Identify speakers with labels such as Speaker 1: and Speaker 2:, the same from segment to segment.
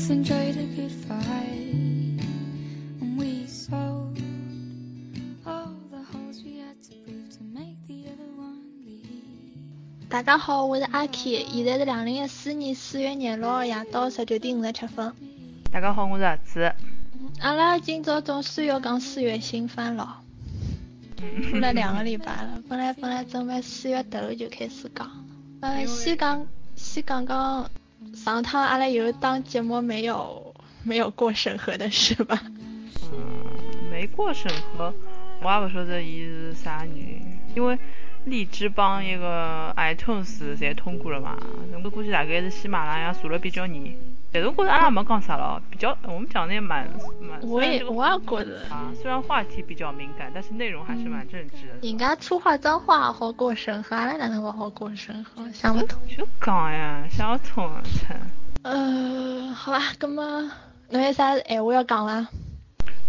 Speaker 1: a good fight, and we sold all the holes we had to prove to make the other one leave.
Speaker 2: 大家好，我是阿 K，现在是两零一四年四月廿六号夜到十九点五十七分。
Speaker 3: 大家好，我是盒子。
Speaker 2: 阿拉今朝总算要讲四月新番了，拖了两个礼拜了。本来本来准备四月头就开始讲，呃，先讲先讲讲上趟阿拉有一档节目没有没有过审核的是吧？
Speaker 3: 没过审核，我也不晓得伊是啥原因，因为荔枝帮一个 iTunes 侪通过了嘛，我估计大概是喜马拉雅查了比较严。但是我觉着阿拉没讲啥了，比较我们讲的也蛮蛮。
Speaker 2: 我
Speaker 3: 虽然
Speaker 2: 也
Speaker 3: 这个
Speaker 2: 我也觉着，
Speaker 3: 啊，虽然话题比较敏感，但是内容还是蛮正直的。
Speaker 2: 人家粗话脏话也好过审核，阿拉哪能不好过审核？想不通。
Speaker 3: 就讲呀，想要冲啊，操！
Speaker 2: 呃，好吧，那么侬有啥闲哎话要讲伐？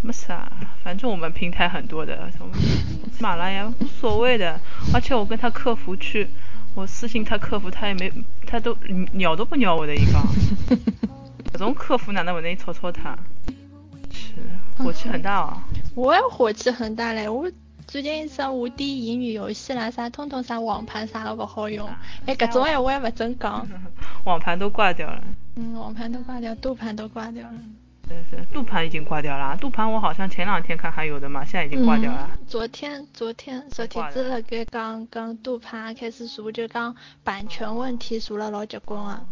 Speaker 3: 没啥，反正我们平台很多的，什么喜马拉雅无所谓的。而且我跟他客服去，我私信他客服，他也没，他都鸟都不鸟我的一个。这种客服哪能不能吵吵他？是火气很大哦。
Speaker 2: 我也火气很大嘞，我最近啥无敌乙女游戏啦，啥通通啥网盘啥都不好用，哎，搿种闲话也勿准讲。
Speaker 3: 网盘都挂掉了，
Speaker 2: 嗯，网盘都挂掉，杜盘都挂掉了。
Speaker 3: 真是杜盘已经挂掉了啊。杜盘我好像前两天看还有的嘛，现在已经挂掉了。啊
Speaker 2: 嗯。昨天，昨天，昨天子辣盖讲讲杜盘啊开始查，就讲版权问题查了老结棍啊。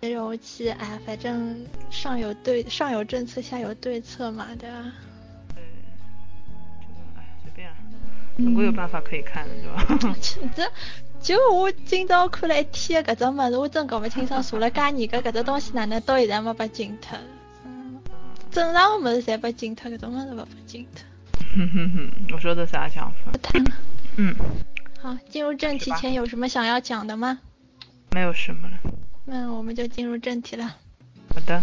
Speaker 2: 但是我去，哎，反正上有对上有政策，下有对策嘛，对吧？
Speaker 3: 对，这个哎随便了，总归有办法可以看的，对吧？
Speaker 2: 这就我今朝看了一天的搿只物事，我真搞勿清爽，查了介严格搿只东西哪能到现在没被禁脱？嗯正常个物事侪被禁脱，搿种物事勿被禁脱。
Speaker 3: 哼哼哼，我说的啥想法
Speaker 2: 不？谈了。
Speaker 3: 嗯，
Speaker 2: 好，进入正题前有什么想要讲的吗？
Speaker 3: 没有什么了。
Speaker 2: 那我们就进入正题了。
Speaker 3: 好的，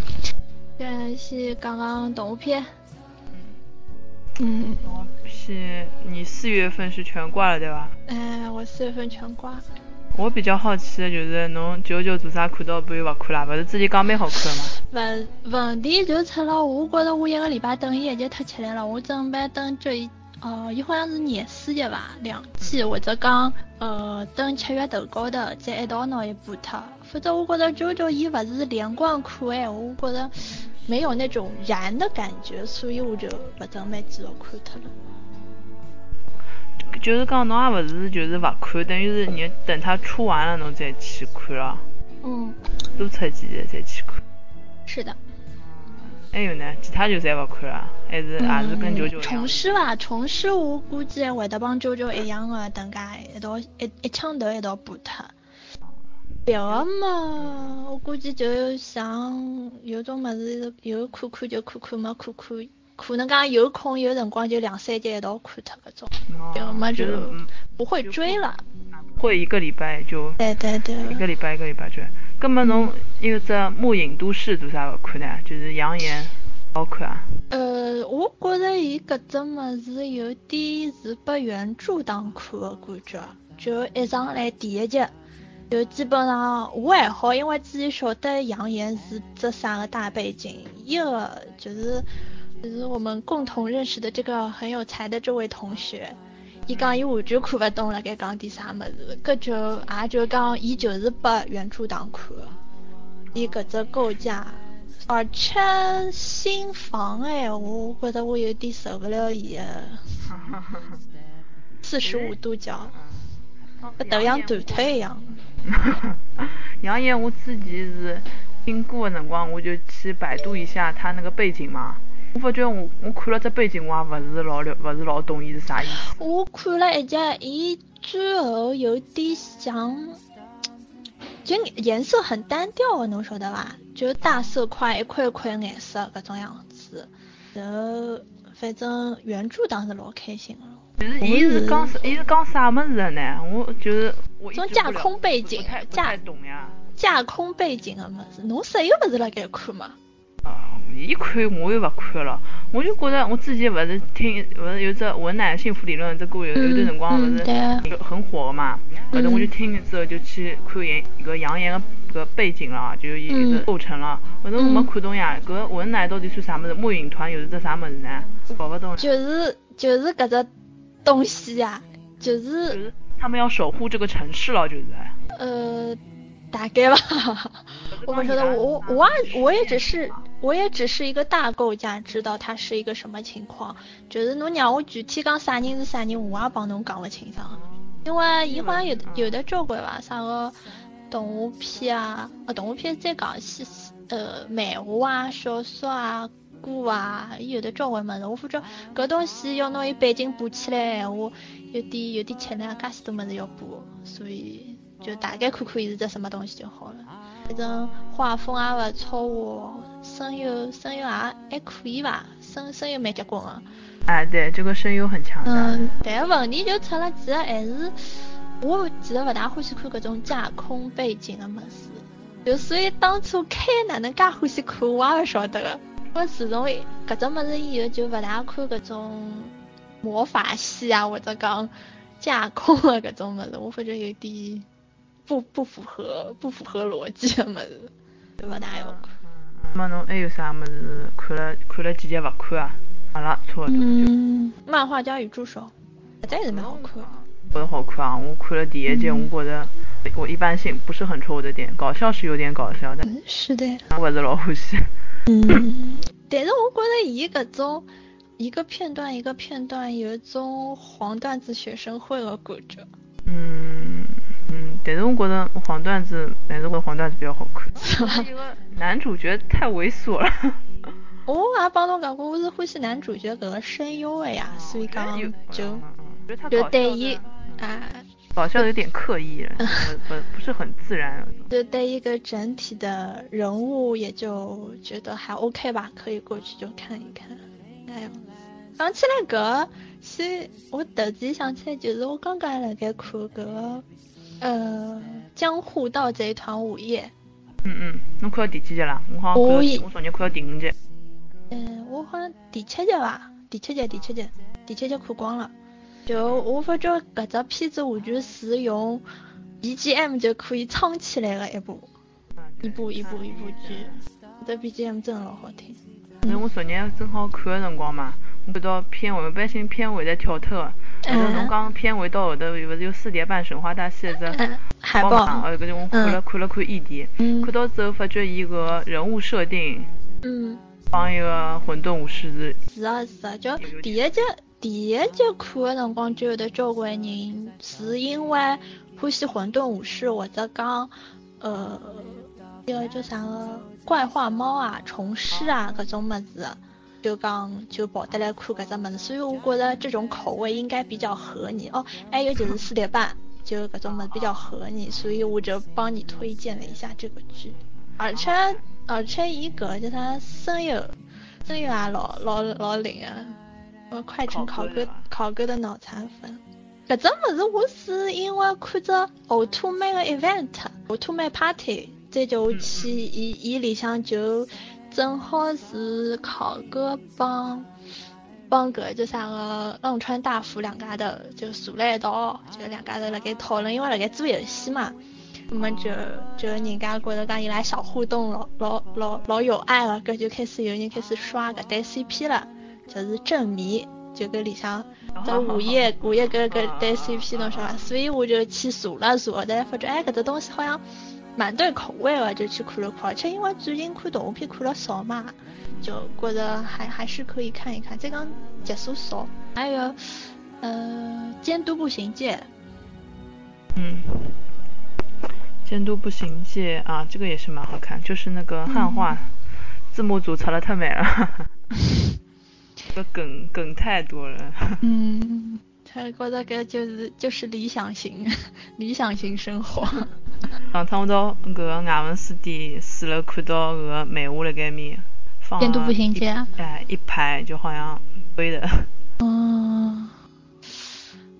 Speaker 2: 这是刚刚动物片。嗯，
Speaker 3: 我是你四月份是全挂了对吧？
Speaker 2: 哎，我四月份全挂。
Speaker 3: 我比较好奇的就是侬九九做啥看到半又勿看啦？勿是之前讲蛮好看的嘛？
Speaker 2: 问问题就出了，我觉着我一个礼拜等伊一集太吃力了，我准备等这一呃，伊好像是廿四集吧，两季或者讲呃等七月头高头再一道拿伊补脱，否则我觉着九九伊勿是连贯看哎，我觉着没有那种燃的感觉，所以我就勿准备继续看脱了。
Speaker 3: 就是讲侬也勿是就是勿看，等于是你等它出完了侬再去看了，
Speaker 2: 嗯，
Speaker 3: 多出几集再去看。
Speaker 2: 是的，
Speaker 3: 还有呢，其他就侪勿看了，还是还是啊跟九九一样
Speaker 2: 重。嗯师吧，重师我估计会得帮九九一样的，等噶一道一一枪头一道补脱。别个嘛，我估计就像有种么子有看看就看看，没看看可能讲有空有辰光就两三集一道看脱搿种，
Speaker 3: 哦
Speaker 2: 别个嘛
Speaker 3: 就
Speaker 2: 就是
Speaker 3: 嗯
Speaker 2: 不会追了。
Speaker 3: 会一个礼拜就
Speaker 2: 对对对，
Speaker 3: 一个礼拜一个礼拜追。葛末侬有只《暮影都市》做啥勿看呢？就是扬言好看啊。
Speaker 2: 呃，我觉着伊搿只物事有点是拨原著当看的感觉，就一上来第一集，就基本上我还好，因为自己晓得杨言是只啥个大背景，一个就是就是我们共同认识的这个很有才的这位同学。伊讲伊完全看勿懂辣盖讲点啥物事，搿就也就讲伊就是拨原著党看的，伊搿只构架，而且新房哎，我觉得我有点受不了伊个四十五度角，搿
Speaker 3: 嗯
Speaker 2: 头像断脱一样。
Speaker 3: 杨言我自己是经过的辰光，我就去百度一下他那个背景嘛。我发觉我我看了这背景，我也勿是老了，勿是老懂伊是啥意思。
Speaker 2: 我看了一集，伊最后有点像，就颜色很单调的，侬晓得伐？就是大色块一块一块颜色搿种样子。然后反正原著当时老开心了，
Speaker 3: 就是伊是讲
Speaker 2: 嗯
Speaker 3: 啥，伊是讲啥物事的呢？我就是我一直
Speaker 2: 种架
Speaker 3: 不了
Speaker 2: 空背景
Speaker 3: 不太不
Speaker 2: 架
Speaker 3: 太懂呀。
Speaker 2: 架空背景啊的物事，侬室友勿是辣盖看嘛？
Speaker 3: 啊，伊看我又勿看了，我就觉着我自己勿是听，勿是有只文乃幸福理论这歌有有段辰光
Speaker 2: 嗯
Speaker 3: 勿
Speaker 2: 对啊嗯
Speaker 3: 是很火个嘛，后头我就听了之后就去看演搿杨言个搿背景了，啊就是伊一直
Speaker 2: 嗯
Speaker 3: 构成了。反正我没
Speaker 2: 嗯
Speaker 3: 看懂呀，搿文奶到底算啥物事？木影团又是只啥物事呢？搞勿懂呀。
Speaker 2: 就是就是搿只东西呀、就是
Speaker 3: 就是他们要守护这个城市了，就是。
Speaker 2: 呃，大概吧。 我不知道，我我也我也只是我也只是一个大构家，知道它是一个什么情况。就是侬让我具体讲啥人是啥人，我也啊帮侬讲勿清爽。因为伊好像有有的交关伐，啥个动画片啊，啊动画片再讲西呃漫画啊、小说啊、歌啊，伊有的交关物事。我发觉搿东西要拿伊背景补起来，闲话有点有点吃力，介许多物事要补，所以就大概看看伊是只什么东西就好了。反正画风也勿错哦，声优声优也啊还可以伐，声声优蛮结棍啊个、
Speaker 3: 哎，对，这个声优很强大。
Speaker 2: 嗯，但问题就出了，其实还是我其实勿大欢喜看搿种架空背景的物事，就所以当初开哪能介欢喜看，我也勿晓得个。我自从搿只物事以后，就勿大看搿种魔法系啊，或者讲架空的搿种物事，我发觉有点不不符合不符合逻辑的物事，就勿大要看。
Speaker 3: 嗯那么侬还哎有啥么子看了看了几集勿看啊？好了，差不多。
Speaker 2: 嗯，漫画家与助手，实在是蛮好看的。
Speaker 3: 觉得好看啊！我看了第一集，我觉得我一般性不是很戳我的点，搞笑是有点搞笑，但
Speaker 2: 嗯，是的。
Speaker 3: 我还是老欢喜。
Speaker 2: 嗯，但是我觉得伊搿种一个片段一个片段有一种黄段子学生会的感觉。
Speaker 3: 嗯嗯，但是我觉得黄段子还是我黄段子比较好看。这个男主角太猥琐了，
Speaker 2: 我也哦啊帮侬讲过，我是欢喜男主角搿个声优的呀，所以讲
Speaker 3: 有
Speaker 2: 就
Speaker 3: 嗯嗯嗯觉得他
Speaker 2: 就
Speaker 3: 搞
Speaker 2: 对
Speaker 3: 笑
Speaker 2: 伊
Speaker 3: 的
Speaker 2: 啊，
Speaker 3: 搞笑有点刻意了，不不不是很自然。
Speaker 2: 就对一个整体的人物也就觉得还 OK 吧，可以过去就看一看。哎呀，讲起来搿，是我突然想起来，就是我刚刚辣盖看搿个呃《江户盗贼团午夜》。
Speaker 3: 嗯嗯，侬看到第几集了？我好像看到
Speaker 2: 我
Speaker 3: 第
Speaker 2: 也
Speaker 3: 我昨天看到第五集。
Speaker 2: 嗯，我好像第七集吧，第七集，第七集，第七集看光了。就我发觉搿只片子完全是用 BGM 就可以撑起来的一部一部一部一部剧，搿只 BGM 真的老好听。
Speaker 3: 反正我昨日正好看的辰光嘛，我看到片尾，一般性片尾在跳脱的。反
Speaker 2: 嗯
Speaker 3: 正侬讲片尾到后头，勿是有四叠半神话大戏的只
Speaker 2: 嗯，海
Speaker 3: 光嘛？
Speaker 2: 报，
Speaker 3: 哦，搿就我看了看了看异地，
Speaker 2: 嗯
Speaker 3: 看到之后发觉伊搿人物设定
Speaker 2: 嗯，
Speaker 3: 帮一个混沌武士是
Speaker 2: 是啊是啊，就第一集第一集看的辰光就有得交关人是因为欢喜混沌武士或者讲呃，一个叫啥个怪画猫啊、虫师啊搿种物事，就讲就跑得来看搿只物事，所以我觉着这种口味应该比较合你哦。还有就是四点半，就搿种物事比较合你，所以我就帮你推荐了一下这个剧，而且而且伊搿叫啥声优，声优也啊老老老灵啊，我快成
Speaker 3: 考
Speaker 2: 考
Speaker 3: 哥
Speaker 2: 哥
Speaker 3: 对吧
Speaker 2: 考哥的脑残粉。搿只物事我是因为看着呕吐妹个 event，呕吐妹 party，再叫我去伊伊里向就正好是考哥帮帮搿就啥个浪川大辅两家头就坐辣一道，就两家头辣盖讨论，因为辣盖做游戏嘛。那么就就人家觉得讲伊拉小互动老老老老有爱了，搿就开始有人开始刷搿对 CP 了，就是正迷，就搿里向在 午夜午夜搿搿对 CP 侬晓得伐？所以我就去查了查，但发觉哎搿只东西好像蛮对口味的，就去看了看。而且因为最近看动画片看了少嘛，就觉得还还是可以看一看。再讲集数少，还有呃《监督步行街》，
Speaker 3: 嗯。监督步行记啊，这个也是蛮好看，就是那个汉
Speaker 2: 嗯
Speaker 3: 化、字幕组查的太美了， 这个梗梗太多了。
Speaker 2: 嗯，他觉得搿就是就是理想型 理想型生活。
Speaker 3: 上趟我到搿个外文书店四楼看到搿个漫画辣盖面，放
Speaker 2: 监督
Speaker 3: 了
Speaker 2: 步行街啊
Speaker 3: 一哎，一排就好像堆的。
Speaker 2: 嗯，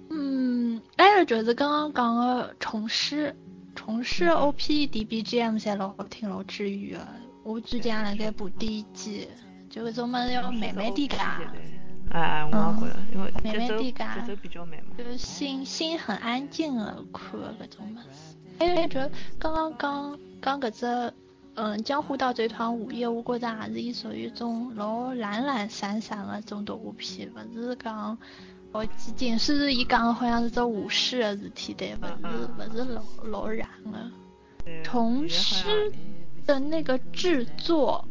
Speaker 2: 嗯，还有就是刚刚讲的虫师，虫师 OP 的 BGM 侪老好听，老治愈的。我最近也辣盖补第一季，就搿种么子要
Speaker 3: 哦
Speaker 2: 慢慢地
Speaker 3: 对
Speaker 2: 讲，
Speaker 3: 对哎，我也觉得，因为节奏
Speaker 2: 慢慢地
Speaker 3: 节
Speaker 2: 加
Speaker 3: 奏比较慢嘛。
Speaker 2: 就是哎心心很安静的看搿种么子。还有就是刚刚讲讲搿只嗯江湖盗贼团午夜，我觉着也是伊属于种老懒懒散散的种动画片，勿是讲老激进。虽然伊讲的好像是只武士的事体，但勿是勿是老老燃的。
Speaker 3: 对
Speaker 2: 童
Speaker 3: 感觉好像
Speaker 2: 诗的那个制作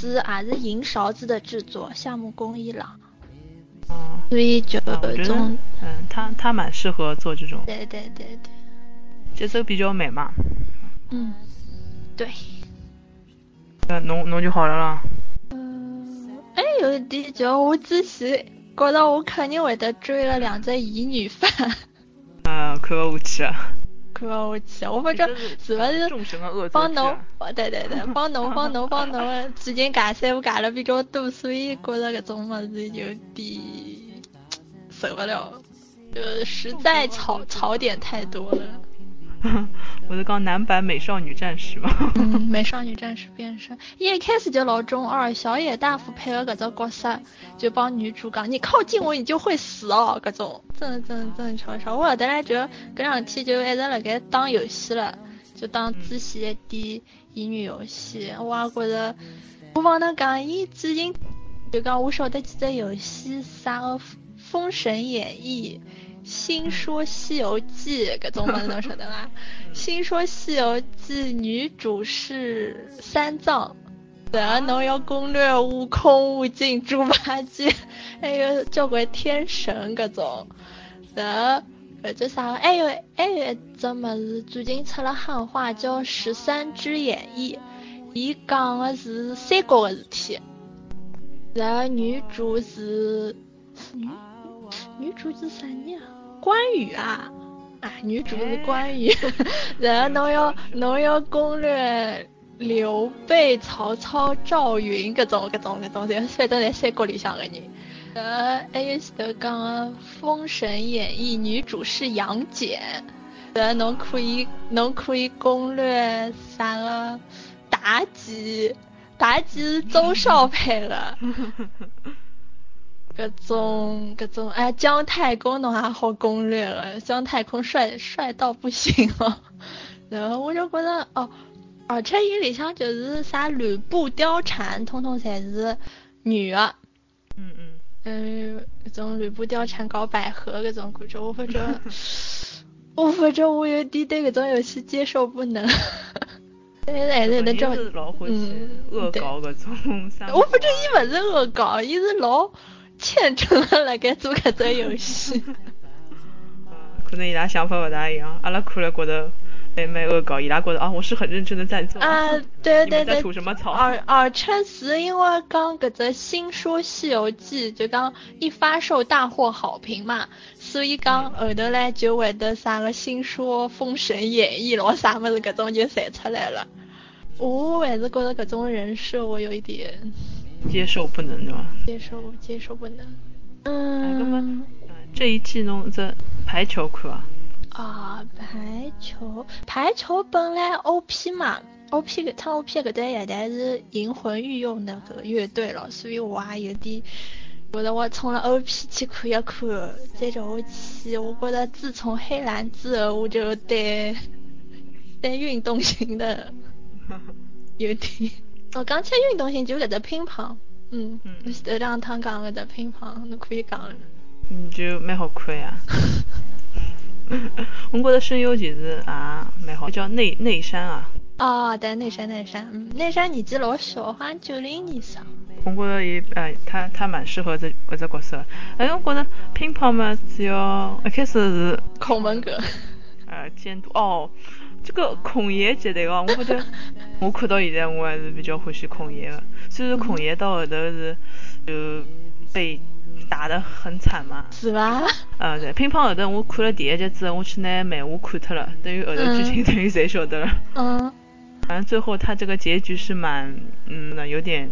Speaker 2: 是也是银勺子的制作，夏目恭一郎，
Speaker 3: 嗯，
Speaker 2: 所以就
Speaker 3: 啊我觉得
Speaker 2: 种
Speaker 3: 嗯，他他蛮适合做这种
Speaker 2: 对对对对，
Speaker 3: 节奏比较美嘛，
Speaker 2: 嗯，对。
Speaker 3: 呃，侬侬就好了啦。
Speaker 2: 嗯，哎，有一点就我之前觉得我肯定会得追了两只乙女 番，
Speaker 3: 嗯，可恶气啊！
Speaker 2: 可我去，我不知道是不是
Speaker 3: 众神的恶作
Speaker 2: 帮
Speaker 3: 剧
Speaker 2: 侬
Speaker 3: 啊。，
Speaker 2: 哦对对对，帮侬帮侬帮侬，最近尬三胡尬了比较多，所以觉得搿种物事有点受不了，呃，实在槽槽点太多了。
Speaker 3: 我在讲男版美少女战士嘛。
Speaker 2: 嗯， 美少女战士变身，一开始就老中二，小野大辅配合搿只角色，就帮女主讲，你靠近我，你就会死哦，搿种，真的真的真的超超。我后头来觉得搿两天就一直辣盖打游戏了，就打仔细一点乙女游戏，我也觉着，我帮侬讲，伊最近就讲我晓得几只游戏，啥个《封神演义》。新说《西游记》搿种物事侬晓得伐？新说《西游记》女主是三藏，然后侬要攻略悟空、悟净、猪八戒， 哎还有交关天神各种，然后搿叫啥？还有还有一只物事最近出了汉化，叫《十三只演义》，伊讲的是三国的事体，然后女主是女女主是啥人啊？关羽啊！啊，女主是关羽， 然后侬要侬要攻略刘备、曹操、赵云搿种搿种搿种，侪反正侪三国里向个人。呃，还有前头讲个《封神演义》，女主是杨戬，然后侬可以侬可以攻略啥个妲己，妲己是周少配的。各种各种，哎，姜太公侬还好攻略了，姜太公帅帅到不行哦。 然后我就觉得哦，而且伊里向就是啥吕布、貂蝉，通通侪是女的。
Speaker 3: 嗯嗯，
Speaker 2: 嗯，搿种吕布、貂蝉搞百合搿种感觉，我反正 我反正我有点对搿种游戏接受不能。 但是还是有
Speaker 3: 肯
Speaker 2: 得
Speaker 3: 定
Speaker 2: 照
Speaker 3: 是老欢喜
Speaker 2: 嗯
Speaker 3: 恶
Speaker 2: 对
Speaker 3: 搞搿种三国啊。
Speaker 2: 我不知伊勿是恶搞，伊是老虔诚的辣盖做搿只游戏。
Speaker 3: 嗯可能伊拉想法勿大一样，阿拉看了觉得哎蛮恶搞，伊拉觉得啊我是很认真的在做。
Speaker 2: 啊， 对对
Speaker 3: 你们在
Speaker 2: 对
Speaker 3: 吐，什么槽？
Speaker 2: 而而且是因为刚搿只《新说西游记》就刚一发售大获好评嘛，所以讲
Speaker 3: 嗯
Speaker 2: 后头来就会得啥个《新说》《封神演义》咯啥物事搿种就侪出来了。我还是觉得搿种人设我有一点
Speaker 3: 接受不能对伐？
Speaker 2: 接受接受不能。
Speaker 3: 哎搿么
Speaker 2: 嗯
Speaker 3: 嗯，这一季侬这排球看啊？
Speaker 2: 啊，排球排球本来 OP 嘛，OP 搿唱 OP 搿段也但是银魂御用的搿个乐队了，所以我也有点觉得我冲了 OP 去看一看，再叫我去，我觉得自从黑蓝之后，我就对对运动型的有点，我讲起运动型就搿只乒乓，嗯，
Speaker 3: 嗯
Speaker 2: 侬前头两趟讲搿只乒乓，侬可以讲了。
Speaker 3: 你就蛮好啊看 呀。我觉得声优其实也蛮好，叫内内山啊。
Speaker 2: 哦，对，内山内山，嗯，内山年纪老小，好像九零年生。
Speaker 3: 我觉着伊哎，他他蛮适合这搿只角色。哎，我觉着乒乓嘛，只要一开始是
Speaker 2: 孔文革，
Speaker 3: 呃监督哦，这个孔爷绝对哦，我觉得我看到现在我还是比较欢喜孔爷的。虽然孔爷到后头是就被打得很惨嘛，
Speaker 2: 是吧？
Speaker 3: 呃，对，乒乓后头我看了第一集之后，我去拿漫画看脱了，等于后头剧情等于侪晓得了。
Speaker 2: 嗯，
Speaker 3: 反正最后他这个结局是蛮，嗯，那有点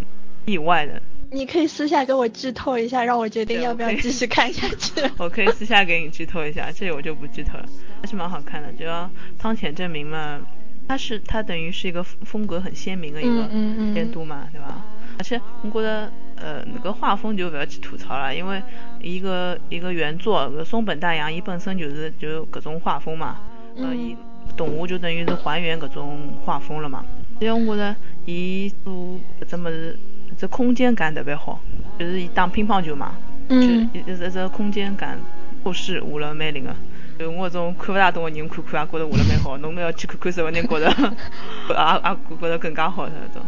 Speaker 3: 意外的。
Speaker 2: 你可以私下给我剧透一下，让我决定
Speaker 3: 对
Speaker 2: 要不要
Speaker 3: 我可以
Speaker 2: 继续看下去。
Speaker 3: 我可以私下给你剧透一下，这里我就不剧透了，还是蛮好看的。主要汤浅证明嘛，他是他等于是一个风风格很鲜明的一个
Speaker 2: 嗯嗯嗯
Speaker 3: 监督嘛，对吧？而且我觉得，呃，那个画风就不要去吐槽了，因为一个一个原作，呃松本大洋伊本身就是就是各种画风嘛，呃，
Speaker 2: 嗯
Speaker 3: 伊动画就等于是还原搿种画风了嘛。但我觉着伊做搿只物事，这空间感特别好，就是伊打乒乓球嘛，就
Speaker 2: 嗯，
Speaker 3: 一一只一只空间感透视画了蛮灵个。啊就我搿种看勿大懂个人看看也觉着画了蛮好，侬要去看看什么人 觉着也也觉着更加好的那种。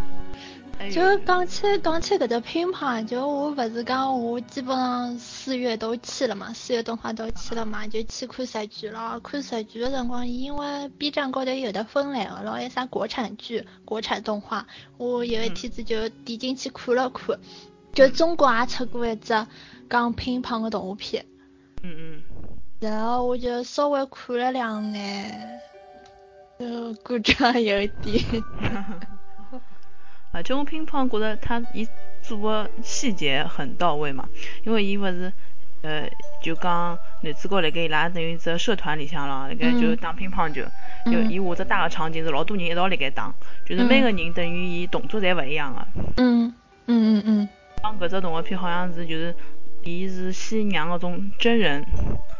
Speaker 3: 还有
Speaker 2: 就讲起讲起搿只乒乓，就我勿是讲我基本上四月都去了嘛，四月动画都去了嘛，就去看十剧了。看十剧的辰光，因为 B 站高头有的分类个，然后有啥国产剧、国产动画，我有一天子就点进去看了看。就中国也出过一只讲乒乓的动画片，
Speaker 3: 嗯
Speaker 2: 然后我就稍微看了两眼，就感觉有点。
Speaker 3: 嗯，而且我啊乒乓觉着他伊做个细节很到位嘛，因为伊勿是呃就讲男主角辣盖伊拉等于只社团里向了，辣盖就
Speaker 2: 嗯
Speaker 3: 打乒乓球，就
Speaker 2: 嗯
Speaker 3: 伊画只大个场景是老多人一道辣盖打，就是每个人等于伊动作侪勿一样个、啊
Speaker 2: 嗯嗯嗯嗯，
Speaker 3: 帮搿只动画片好像是就是伊是先让搿种真人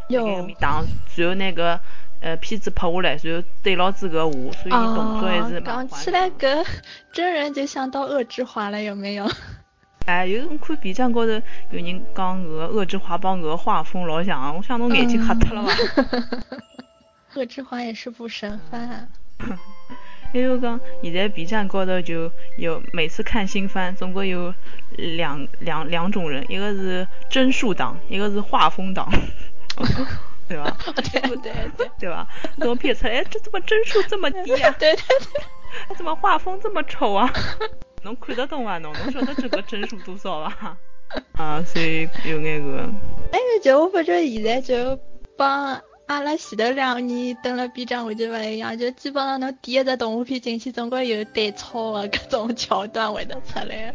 Speaker 2: 有。
Speaker 3: 盖埃面打，然后那个呃片子拍下来，然后对牢子搿个画，所以伊动作还是蛮
Speaker 2: 讲
Speaker 3: 还
Speaker 2: 哦起
Speaker 3: 原
Speaker 2: 来
Speaker 3: 的
Speaker 2: 搿真人就想到恶之华了，有没有？
Speaker 3: 哎，有辰看 B 站高头有人讲搿个恶之华帮搿个画风老像啊，我想侬眼睛瞎脱了 伐？
Speaker 2: 恶之华也是部神番、啊。
Speaker 3: 还有讲现在 B 站高头就有每次看新番，总归有两两两种人，一个是帧数党，一个是画风 党，对吧？
Speaker 2: 对对对
Speaker 3: 对吧？怎么撇出来？哎，这怎么帧数这么低啊？
Speaker 2: 对 对，
Speaker 3: 怎么画风这么丑啊？侬看得懂伐？侬侬晓得这个帧数多少伐？啊，所以有眼个，
Speaker 2: 但是就我发哎觉现在就帮阿拉前头两年登了 B 站，我就勿一样，就基本上侬点一只动画片进去，总归有对超的各种桥段会得出来。啊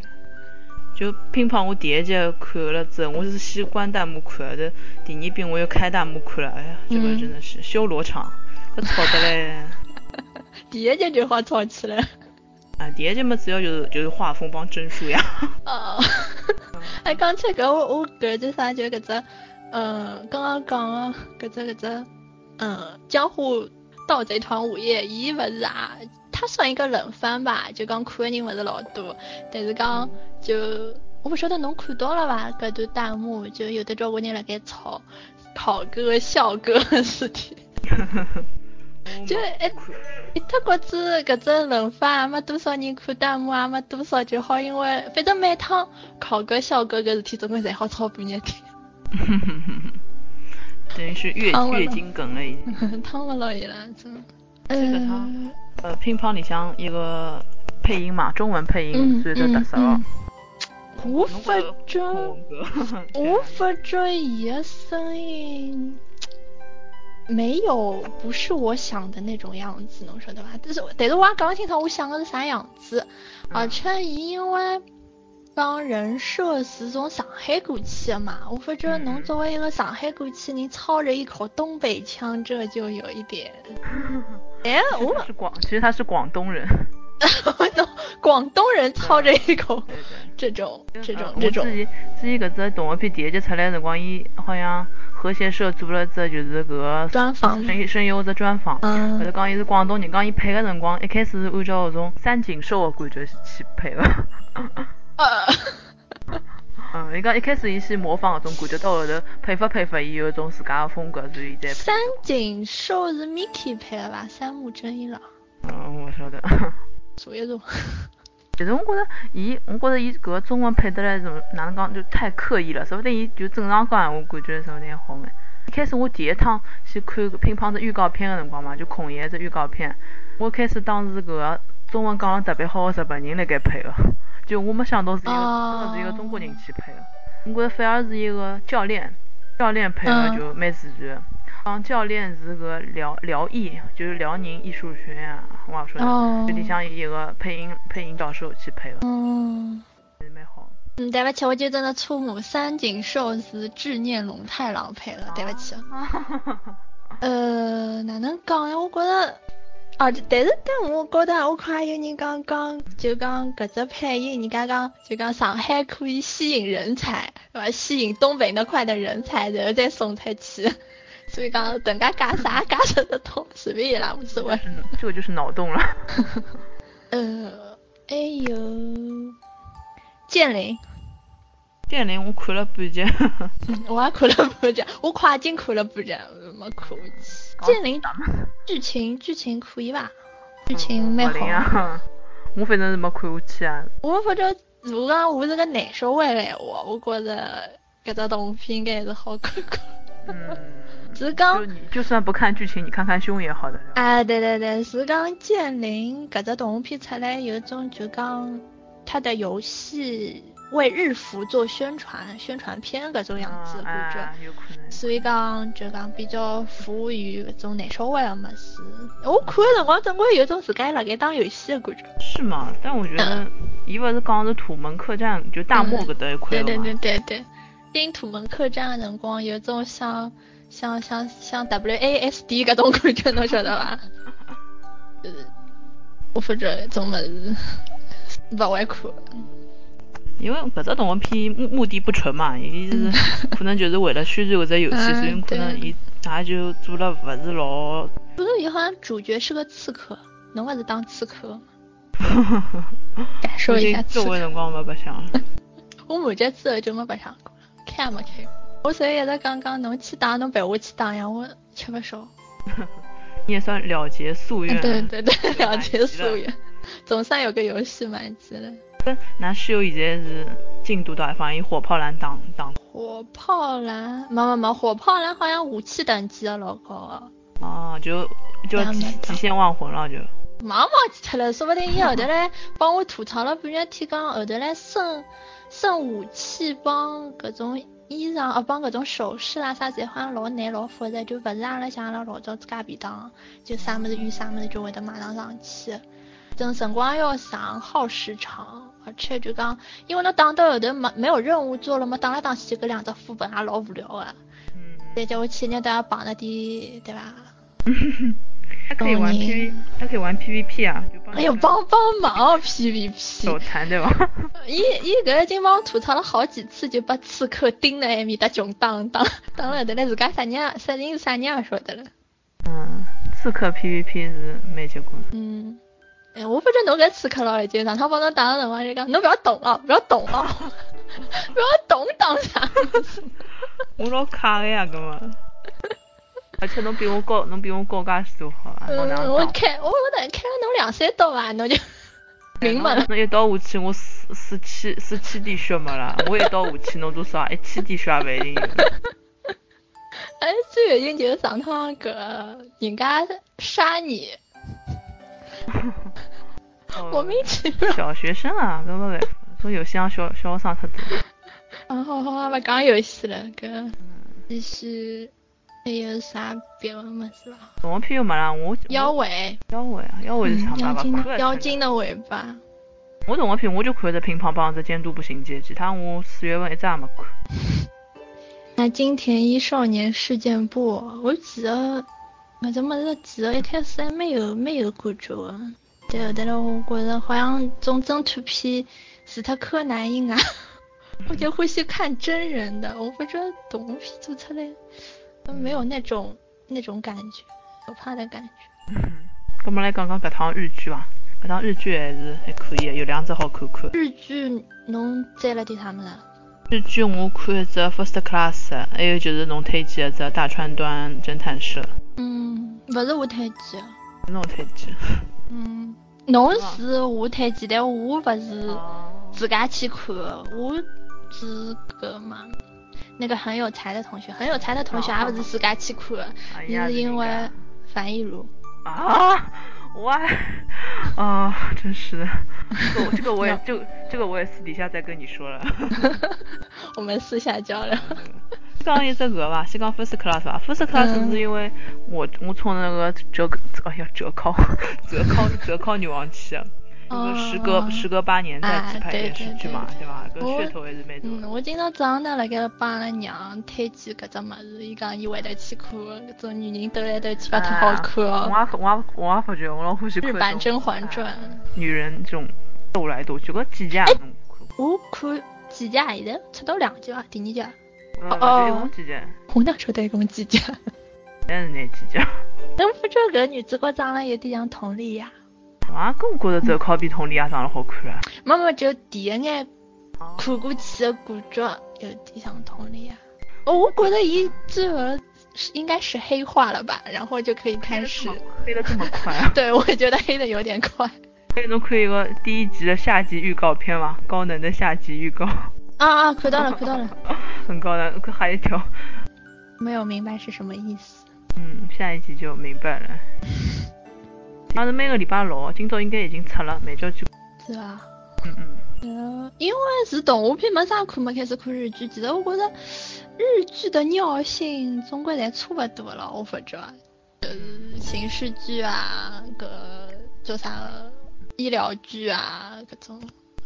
Speaker 3: 就乒乓我第一集看了之后，我是先关弹幕看的，第二遍我又开弹幕看了，哎呀，这个
Speaker 2: 嗯
Speaker 3: 真的是修罗场，搿吵得嘞！
Speaker 2: 第一集就好吵起来。
Speaker 3: 啊，第一集嘛主要就是就是画风帮帧数呀，
Speaker 2: 哦，哎，刚才搿我我搿只啥就搿只，呃，刚刚讲个搿只搿只，呃，江户盗贼团午夜，伊勿是啊，它算一个冷番吧，就讲看的人勿是老多，但是讲就我勿晓得侬看到了伐？搿段弹幕就有的交关人辣盖吵，讨歌笑歌的事体。 就哎一特觉子搿只冷饭也没多少人看弹幕，也没多少就好，因为反正每趟考个校歌搿事体，总归侪好吵半日天，
Speaker 3: 等于是月
Speaker 2: 啊我
Speaker 3: 月
Speaker 2: 懂
Speaker 3: 经梗了已经。
Speaker 2: 趟勿牢伊拉，真的。
Speaker 3: 这个他呃，乒乓里向一个配音嘛，中文配
Speaker 2: 嗯
Speaker 3: 音最得
Speaker 2: 嗯
Speaker 3: 特色了
Speaker 2: 嗯。，我
Speaker 3: 侬
Speaker 2: 发
Speaker 3: 觉着
Speaker 2: 觉，我发觉伊个声音没有不是我想的那种样子，侬晓得伐？但是但是我也讲勿清爽，我想的是啥样子。
Speaker 3: 嗯
Speaker 2: 而且伊因为帮人设是从上海过去的嘛，我发觉侬
Speaker 3: 嗯
Speaker 2: 作为一个上海过去人，操着一口东北腔，这就有一点。 哎，
Speaker 3: 我
Speaker 2: 我
Speaker 3: 是广，其实他是广东人。
Speaker 2: 哦懂，广东人操着一口
Speaker 3: 对对。
Speaker 2: 这种这种
Speaker 3: 嗯
Speaker 2: 这种
Speaker 3: 我自，己自己搿只动画片第一集出来的辰光，伊好像和谐社做了只就是搿个
Speaker 2: 专访
Speaker 3: 声声优只专访。
Speaker 2: 嗯
Speaker 3: 后头讲伊是广东人，讲伊配个辰光一开始是按照搿种三井寿个感觉去配个。
Speaker 2: 呃。
Speaker 3: 嗯，伊讲一开始伊先模仿搿种感觉，到后头配合配合，伊有一种自家个风格，所以再
Speaker 2: 三井寿是 Miki 配的吧？三木真一郎，
Speaker 3: 嗯，我晓得。
Speaker 2: 左一龙。
Speaker 3: 其实我觉着伊，我觉着伊搿个中文配得来怎么哪能讲，就太刻意了。说不定伊就正常讲闲话，感觉说不定好眼。一开始我第一趟去看搿乒乓的预告片个辰光嘛，就孔爷只预告片，我一开始当时搿个中文讲了特别好个日本人辣盖配个，就我没想到是一个、真的是一个中国人去配个，我觉着反而是一个教练，教练配个
Speaker 2: 嗯
Speaker 3: 就蛮自然。讲教练是搿辽辽艺，就是辽宁艺术学院啊，我也不晓得。
Speaker 2: 哦
Speaker 3: 就里向有一个配音配音导师去配的，
Speaker 2: 嗯，
Speaker 3: 还是蛮好。
Speaker 2: 嗯，对不起，我就真的错误。三井寿是志念龙太郎配的，对不起。啊呃，哪能讲呀？我觉得，啊，但是但我觉得，我看有人讲讲，就讲搿只配音，人家讲就讲上海可以吸引人才，对吧？吸引东北那块的人才，然后再送出去。所以讲人家讲 啥讲啥得通，随便伊拉无所谓。
Speaker 3: 嗯，这个就是脑洞了。
Speaker 2: 呃，还有剑灵，
Speaker 3: 电铃我看了半集，
Speaker 2: 嗯我也看了半集，我快进看了半集，没看下去。剑灵剧情剧情可以伐？剧情蛮
Speaker 3: 好
Speaker 2: 好。
Speaker 3: 啊。我反正是没看下去啊，
Speaker 2: 我反正如果讲我是个男小孩来话，我觉着搿只动画片应该还是好看看。
Speaker 3: 嗯，
Speaker 2: 只是
Speaker 3: 就
Speaker 2: 讲，
Speaker 3: 你就算不看剧情，你看看胸也好的。
Speaker 2: 哎，对对对，是讲剑灵搿只动画片出来有一种就讲它的游戏为日服做宣传宣传片搿种样子，
Speaker 3: 嗯
Speaker 2: 感觉。
Speaker 3: 哎有可能。
Speaker 2: 所以讲就讲比较服务于搿种男小孩个物事。我看个辰光总归有种自家辣盖打游戏个感觉。
Speaker 3: 是吗？但我觉得，
Speaker 2: 嗯
Speaker 3: 伊勿是讲是土门客栈，就大漠搿搭一块
Speaker 2: 对
Speaker 3: 了
Speaker 2: 嗯对
Speaker 3: 嘛。
Speaker 2: 对对对，进土门客栈个辰光有种像像像像 WASD 搿种感觉，侬晓得伐？呃，我反正搿种物事勿会看。
Speaker 3: 因为搿只动画片目目的不纯嘛，伊是可能就是为了宣传搿只游戏，
Speaker 2: 嗯
Speaker 3: 所以可能
Speaker 2: 对
Speaker 3: 伊也就做了勿是老。
Speaker 2: 不过伊好像主角是个刺客，侬勿是当刺客吗？ 感受
Speaker 3: 最
Speaker 2: 一
Speaker 3: 近
Speaker 2: 下刺
Speaker 3: 周
Speaker 2: 客
Speaker 3: 围。辰光没白相，
Speaker 2: 我满级之后就没白相过，看也没看过。我所以一直讲讲侬去打，侬陪我去打呀，我吃不消。
Speaker 3: 你也算了结夙愿。
Speaker 2: 嗯对对对，了解
Speaker 3: 极了
Speaker 2: 夙愿， 总算有个游戏满级了。
Speaker 3: 那室友现在是进度到一方，伊火炮蓝打打
Speaker 2: 火炮蓝，没没没，火炮蓝好像武器等级也老高啊，
Speaker 3: 哦，就就
Speaker 2: 蓝
Speaker 3: 极
Speaker 2: 蓝
Speaker 3: 极限忘魂了就。
Speaker 2: 马上忘记脱了，说不定伊后头来帮我吐槽了半日天，讲后头来剩剩武器帮搿种衣裳啊，帮搿种首饰啦啥，侪好像老难老复杂，就勿是阿拉像阿拉老早自家便当，就啥物事遇啥物事就会得马上上去，等辰光要长，耗时长。而且就讲，因为侬打到后头没没有任务做了嘛，打来打去就搿两只副本也老无聊个、
Speaker 3: 嗯，
Speaker 2: 再叫我去人家搭绑了点，对伐？
Speaker 3: 还可以玩
Speaker 2: 哦你
Speaker 3: PV，还可以玩 PVP 啊，就帮
Speaker 2: 哎呦，
Speaker 3: 你
Speaker 2: 帮帮忙啊
Speaker 3: 手
Speaker 2: PVP！
Speaker 3: 残对吧？
Speaker 2: 伊伊搿已经帮我吐槽了好几次，就把刺客盯了埃面搭穷打打打了后头来自家啥人啥人啥人也晓得了。
Speaker 3: 嗯，刺客 PVP 是没结果。
Speaker 2: 嗯，哎，我不知道侬搿刺客老已经上趟帮侬打的辰光就讲，侬不要动哦，不要动哦， 不要动打啥。
Speaker 3: 我老卡的呀，搿么。而且侬比我高，侬比我高介许多好伐？侬哪
Speaker 2: 嗯，
Speaker 3: 能
Speaker 2: 我
Speaker 3: 打？
Speaker 2: 开我我等开了侬两三刀伐，侬就明白了。
Speaker 3: 侬一刀下去，我四四千四千点血没了。我一刀下去，侬多少啊？一千点血也勿一定有。
Speaker 2: 哎，最恶心就是上趟搿人家杀你，
Speaker 3: 嗯
Speaker 2: 莫名其妙。
Speaker 3: 小学生啊，搿没办法，从游戏上小小学生太多。
Speaker 2: 啊，好好好，勿讲游戏了，搿继续还有啥别的么子伐？
Speaker 3: 动画片又没啦，我
Speaker 2: 妖
Speaker 3: 我
Speaker 2: 尾，
Speaker 3: 妖怪啊，妖怪是啥
Speaker 2: 妖
Speaker 3: 嘛？
Speaker 2: 精
Speaker 3: 勿
Speaker 2: 的妖
Speaker 3: 看得出来
Speaker 2: 精的尾巴，
Speaker 3: 我动画片我就看了只乒乓帮只监督步行街，其他我四月份一只也没看。
Speaker 2: 那金田一少年事件簿，我记得搿只物事记得一开始还蛮有蛮有感觉个，啊但后头来我觉着好像种侦探片除脱柯南以外， 我就欢喜看真人的，我不觉得动画片做出来都没有那种那种感觉，可怕的感觉。
Speaker 3: 咁么来讲讲搿趟日剧伐？搿趟日剧还是还可以的，有两只好看看。
Speaker 2: 日剧侬追了点啥么子？
Speaker 3: 日剧我看一只 First Class，还有就是侬推荐一只大川端侦探社，
Speaker 2: 嗯，勿是无太极。
Speaker 3: 侬推荐。
Speaker 2: 嗯，侬是无太极，但我勿是
Speaker 3: 哦，
Speaker 2: 自家去看的，我是个嘛，那个很有才的同学，很有才的同学
Speaker 3: 哦
Speaker 2: 也勿是自家去看的，
Speaker 3: 哎
Speaker 2: 伊
Speaker 3: 呀
Speaker 2: 是因为
Speaker 3: 人
Speaker 2: 樊亦儒。
Speaker 3: 家啊，我 啊，真是的，这个这个我也这个这个我也私底下再跟你 说了。
Speaker 2: 我们私下交流。
Speaker 3: 先讲一只个伐，先讲 First Class 伐，First Class
Speaker 2: 嗯
Speaker 3: 是因为我我从那个折哎呀折扣 折扣折扣女王去的。就是时隔
Speaker 2: 哦
Speaker 3: 时隔八年再
Speaker 2: 啊
Speaker 3: 去拍
Speaker 2: 对
Speaker 3: 电视
Speaker 2: 对
Speaker 3: 剧嘛，对吧？搿
Speaker 2: 我
Speaker 3: 噱头还是蛮大的
Speaker 2: 嗯，。我今朝早上呢，辣盖帮阿拉娘推荐搿只物事，伊讲伊会得去看的，搿种女人斗来斗去，勿太好看
Speaker 3: 啊我
Speaker 2: 哦。
Speaker 3: 也我也我也发觉，我老欢喜看
Speaker 2: 日版《甄嬛传》。
Speaker 3: 女人这种斗来斗去，搿几集啊？
Speaker 2: 哎
Speaker 3: 侬看
Speaker 2: 我看几集啊？现在出到两集啊，第二集啊。
Speaker 3: 过？
Speaker 2: 哦
Speaker 3: 呃，一共几集？
Speaker 2: 我哪晓得一共几集啊？
Speaker 3: 但是那几家，
Speaker 2: 但不觉得搿女主角长得有点像佟丽娅？
Speaker 3: 啊，跟我觉着只有靠比佟丽娅长得好看了。
Speaker 2: 没没，就第一眼看过去的感觉有点像佟丽娅。哦，我觉得伊最后是应该是黑化了吧，然后就可以开始。
Speaker 3: 飞得这么快啊！
Speaker 2: 对，我也觉得黑的有点快。
Speaker 3: 哎，侬看一个第一集的下集预告片嘛，高能的下集预告，
Speaker 2: 啊啊，看到了，看到了，
Speaker 3: 很高能，看还有一条，
Speaker 2: 没有明白是什么意思。
Speaker 3: 嗯，下一集就明白了。啊，是每个礼拜六，今朝应该已经出了，每周去，
Speaker 2: 是吧？
Speaker 3: 嗯嗯，
Speaker 2: 呃，因为是动画片没啥看，没开始看日剧。其实我觉得日剧的尿性总归侪差不多了，我发觉。呃，刑事剧啊，搿叫啥个医疗剧啊，搿种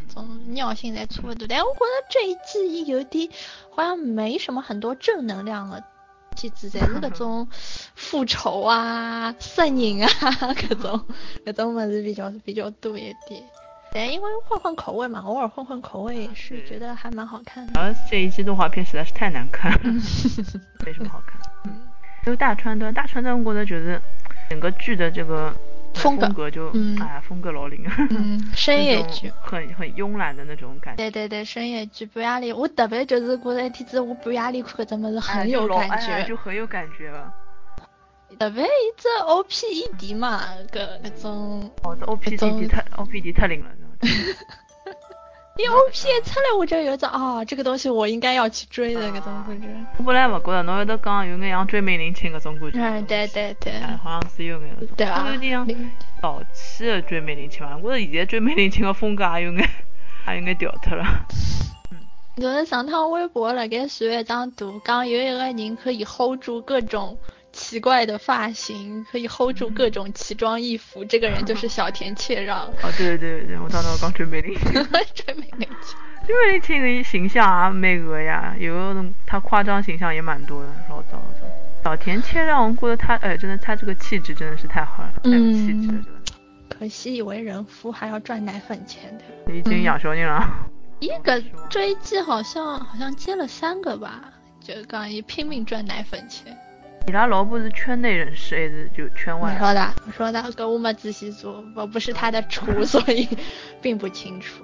Speaker 2: 搿种尿性侪差不多。但我觉得这一季伊有点好像没什么很多正能量的句子，侪是搿种复仇啊、杀人啊搿种搿种物事比较比较多一点。但因为换换口味嘛，偶尔换换口味也是
Speaker 3: 是
Speaker 2: 觉得还蛮好看的。
Speaker 3: 然后这一季动画片实在是太难 看了，没什么好看。嗯，就大川端，大川端我觉得就是整个剧的这个
Speaker 2: 风格
Speaker 3: 格就，
Speaker 2: 嗯
Speaker 3: 哎呀，风格老灵，
Speaker 2: 嗯，深夜剧。
Speaker 3: 很很慵懒的那种感觉。
Speaker 2: 对对对，深夜剧半夜里，我特别就是觉得一天子我半夜里看搿只物事
Speaker 3: 哎
Speaker 2: 很
Speaker 3: 就
Speaker 2: 有
Speaker 3: 老
Speaker 2: 感
Speaker 3: 哎呀
Speaker 2: 觉，
Speaker 3: 就很有感觉了。
Speaker 2: 特别一只 O P E D 嘛，搿搿种，
Speaker 3: 哦，这 O P D
Speaker 2: 种
Speaker 3: D 太 O P D 太灵了，真的
Speaker 2: 一 O P 一出来我就有一种啊，这个东西我应该要去追
Speaker 3: 啊
Speaker 2: 的搿种感觉。
Speaker 3: 我本来勿觉着，侬有得讲有眼像追命林檎搿种感觉。
Speaker 2: 嗯，对对对，
Speaker 3: 哎，好像是有眼搿种，
Speaker 2: 对啊伐
Speaker 3: 有点像？早期的追命林檎吧。我觉着现在追命林檎个风格也有眼， 也有眼调脱了。
Speaker 2: 就是上趟微博辣盖随一张图，讲有一个人可以 hold 住各种奇怪的发型，可以 hold 住各种奇装异服，这个人就是小田切 让，
Speaker 3: 哦，对对对对，我当时讲追命林檎，
Speaker 2: 追美那集。
Speaker 3: 追命林檎个形象也蛮个呀，有个种他夸张形象也蛮多的，老早老早。小田切让我觉得他，哎，真的他这个气质真的是太好了，太有气质了，
Speaker 2: 嗯
Speaker 3: 真的。
Speaker 2: 可惜以为人夫还要赚奶粉钱的。
Speaker 3: 已经养小人了。
Speaker 2: 咦，个这一季好像好像接了三个吧，就刚一拼命赚奶粉钱。
Speaker 3: 伊拉老婆是圈内人士还是就圈
Speaker 2: 我
Speaker 3: 外？
Speaker 2: 说的，我说的，跟我没仔细做，我不是他的厨， 所以并不清楚。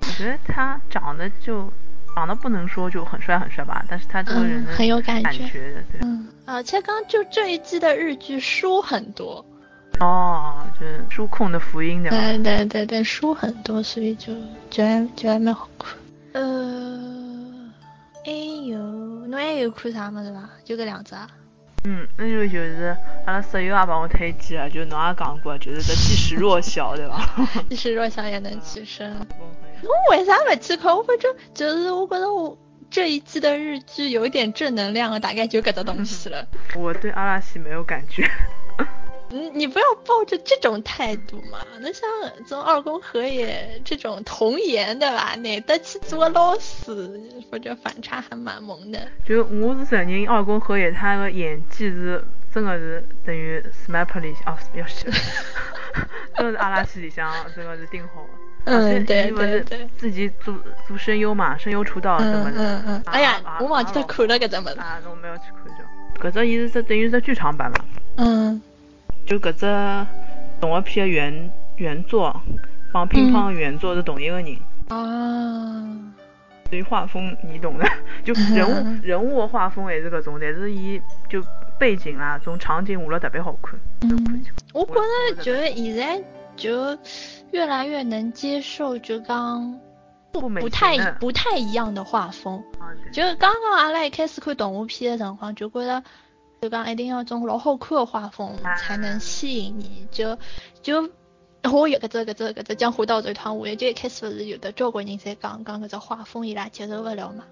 Speaker 3: 我觉得他长得就长得不能说就很帅很帅吧，但是他这个人
Speaker 2: 嗯，
Speaker 3: 的
Speaker 2: 很有感
Speaker 3: 感
Speaker 2: 觉。
Speaker 3: 觉的，对。
Speaker 2: 嗯，而且刚就这一季的日剧书很多，
Speaker 3: 哦，就是书控的福音对啊吧？
Speaker 2: 对对对对，书很多，所以就觉得觉得蛮好看。呃，还有，侬还有看啥么子伐？就搿两只啊。
Speaker 3: 嗯，那就就是阿拉室友也帮我推荐了，就是侬也讲过，就是这即使弱小对吧？
Speaker 2: 即使弱小也能起身。我为啥没去看？我感觉就是我觉得我这一季的日剧有一点正能量的，大概就搿个东西 了。
Speaker 3: 我对阿拉西没有感觉，
Speaker 2: 你你不要抱着这种态度嘛。那像从二宫和也这种童颜的吧，哪得去做老师？或者反差还蛮萌的。
Speaker 3: 就是我是承认二宫和也他的演技是真的是等于 SMAP 里哦要死， 真的是阿拉西里向真的是顶好的。
Speaker 2: 嗯，对
Speaker 3: 因为
Speaker 2: 对对。
Speaker 3: 自己做做声优嘛，声优出道什
Speaker 2: 嗯
Speaker 3: 么的。
Speaker 2: 嗯嗯，哎呀
Speaker 3: 啊，
Speaker 2: 我忘记
Speaker 3: 啊
Speaker 2: 他
Speaker 3: 啊
Speaker 2: 看了搿只物事。
Speaker 3: 啊，那我没有去看这。搿只伊是只等于是只剧场版嘛，
Speaker 2: 嗯
Speaker 3: 就搿只动画片的原原作帮乒乓的原作是同一个人，
Speaker 2: 啊，
Speaker 3: 所以画风你懂的， 就人物、
Speaker 2: 嗯
Speaker 3: 人物的画风也是搿种，但是伊就背景啦，种场景画了特别好看。
Speaker 2: 嗯。我觉
Speaker 3: 我
Speaker 2: 得就现在就越来越能接受，就刚
Speaker 3: 不美
Speaker 2: 不
Speaker 3: 型
Speaker 2: 太
Speaker 3: 的
Speaker 2: 不太一样的画风。
Speaker 3: 啊对
Speaker 2: 就刚刚阿拉一开始看动画片的辰光，就觉得就讲一定要种老好看的画风
Speaker 3: 啊
Speaker 2: 才能吸引你。就就哦我有搿只搿只搿只《江湖道嘴团》，我也就一开始勿是有的交关人侪讲讲搿只画风伊拉接受勿了嘛。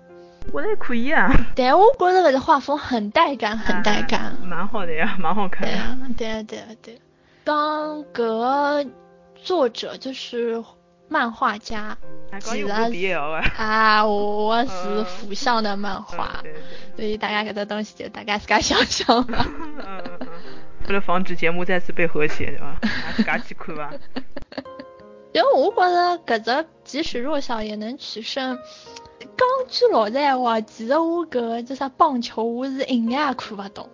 Speaker 3: 我觉得可以啊，
Speaker 2: 但我觉得搿只画风很带感，很带感。
Speaker 3: 啊蛮好的呀，蛮好看
Speaker 2: 对
Speaker 3: 的。
Speaker 2: 啊，对啊，对啊，对啊。刚搿作者就是漫画家
Speaker 3: 还讲有
Speaker 2: 其
Speaker 3: 个
Speaker 2: 他
Speaker 3: BL 啊，
Speaker 2: 啊，我我是
Speaker 3: 嗯
Speaker 2: 腐向的漫画，
Speaker 3: 嗯对对。
Speaker 2: 所以大家搿个东西就大家自家想想吧。
Speaker 3: 嗯嗯，为了防止节目再次被和谐，对 吧？还是自家去看吧。
Speaker 2: 因为我觉着搿只即使弱小也能取胜。 讲句老实闲话，其实我搿叫啥棒球，我是一眼也看勿懂。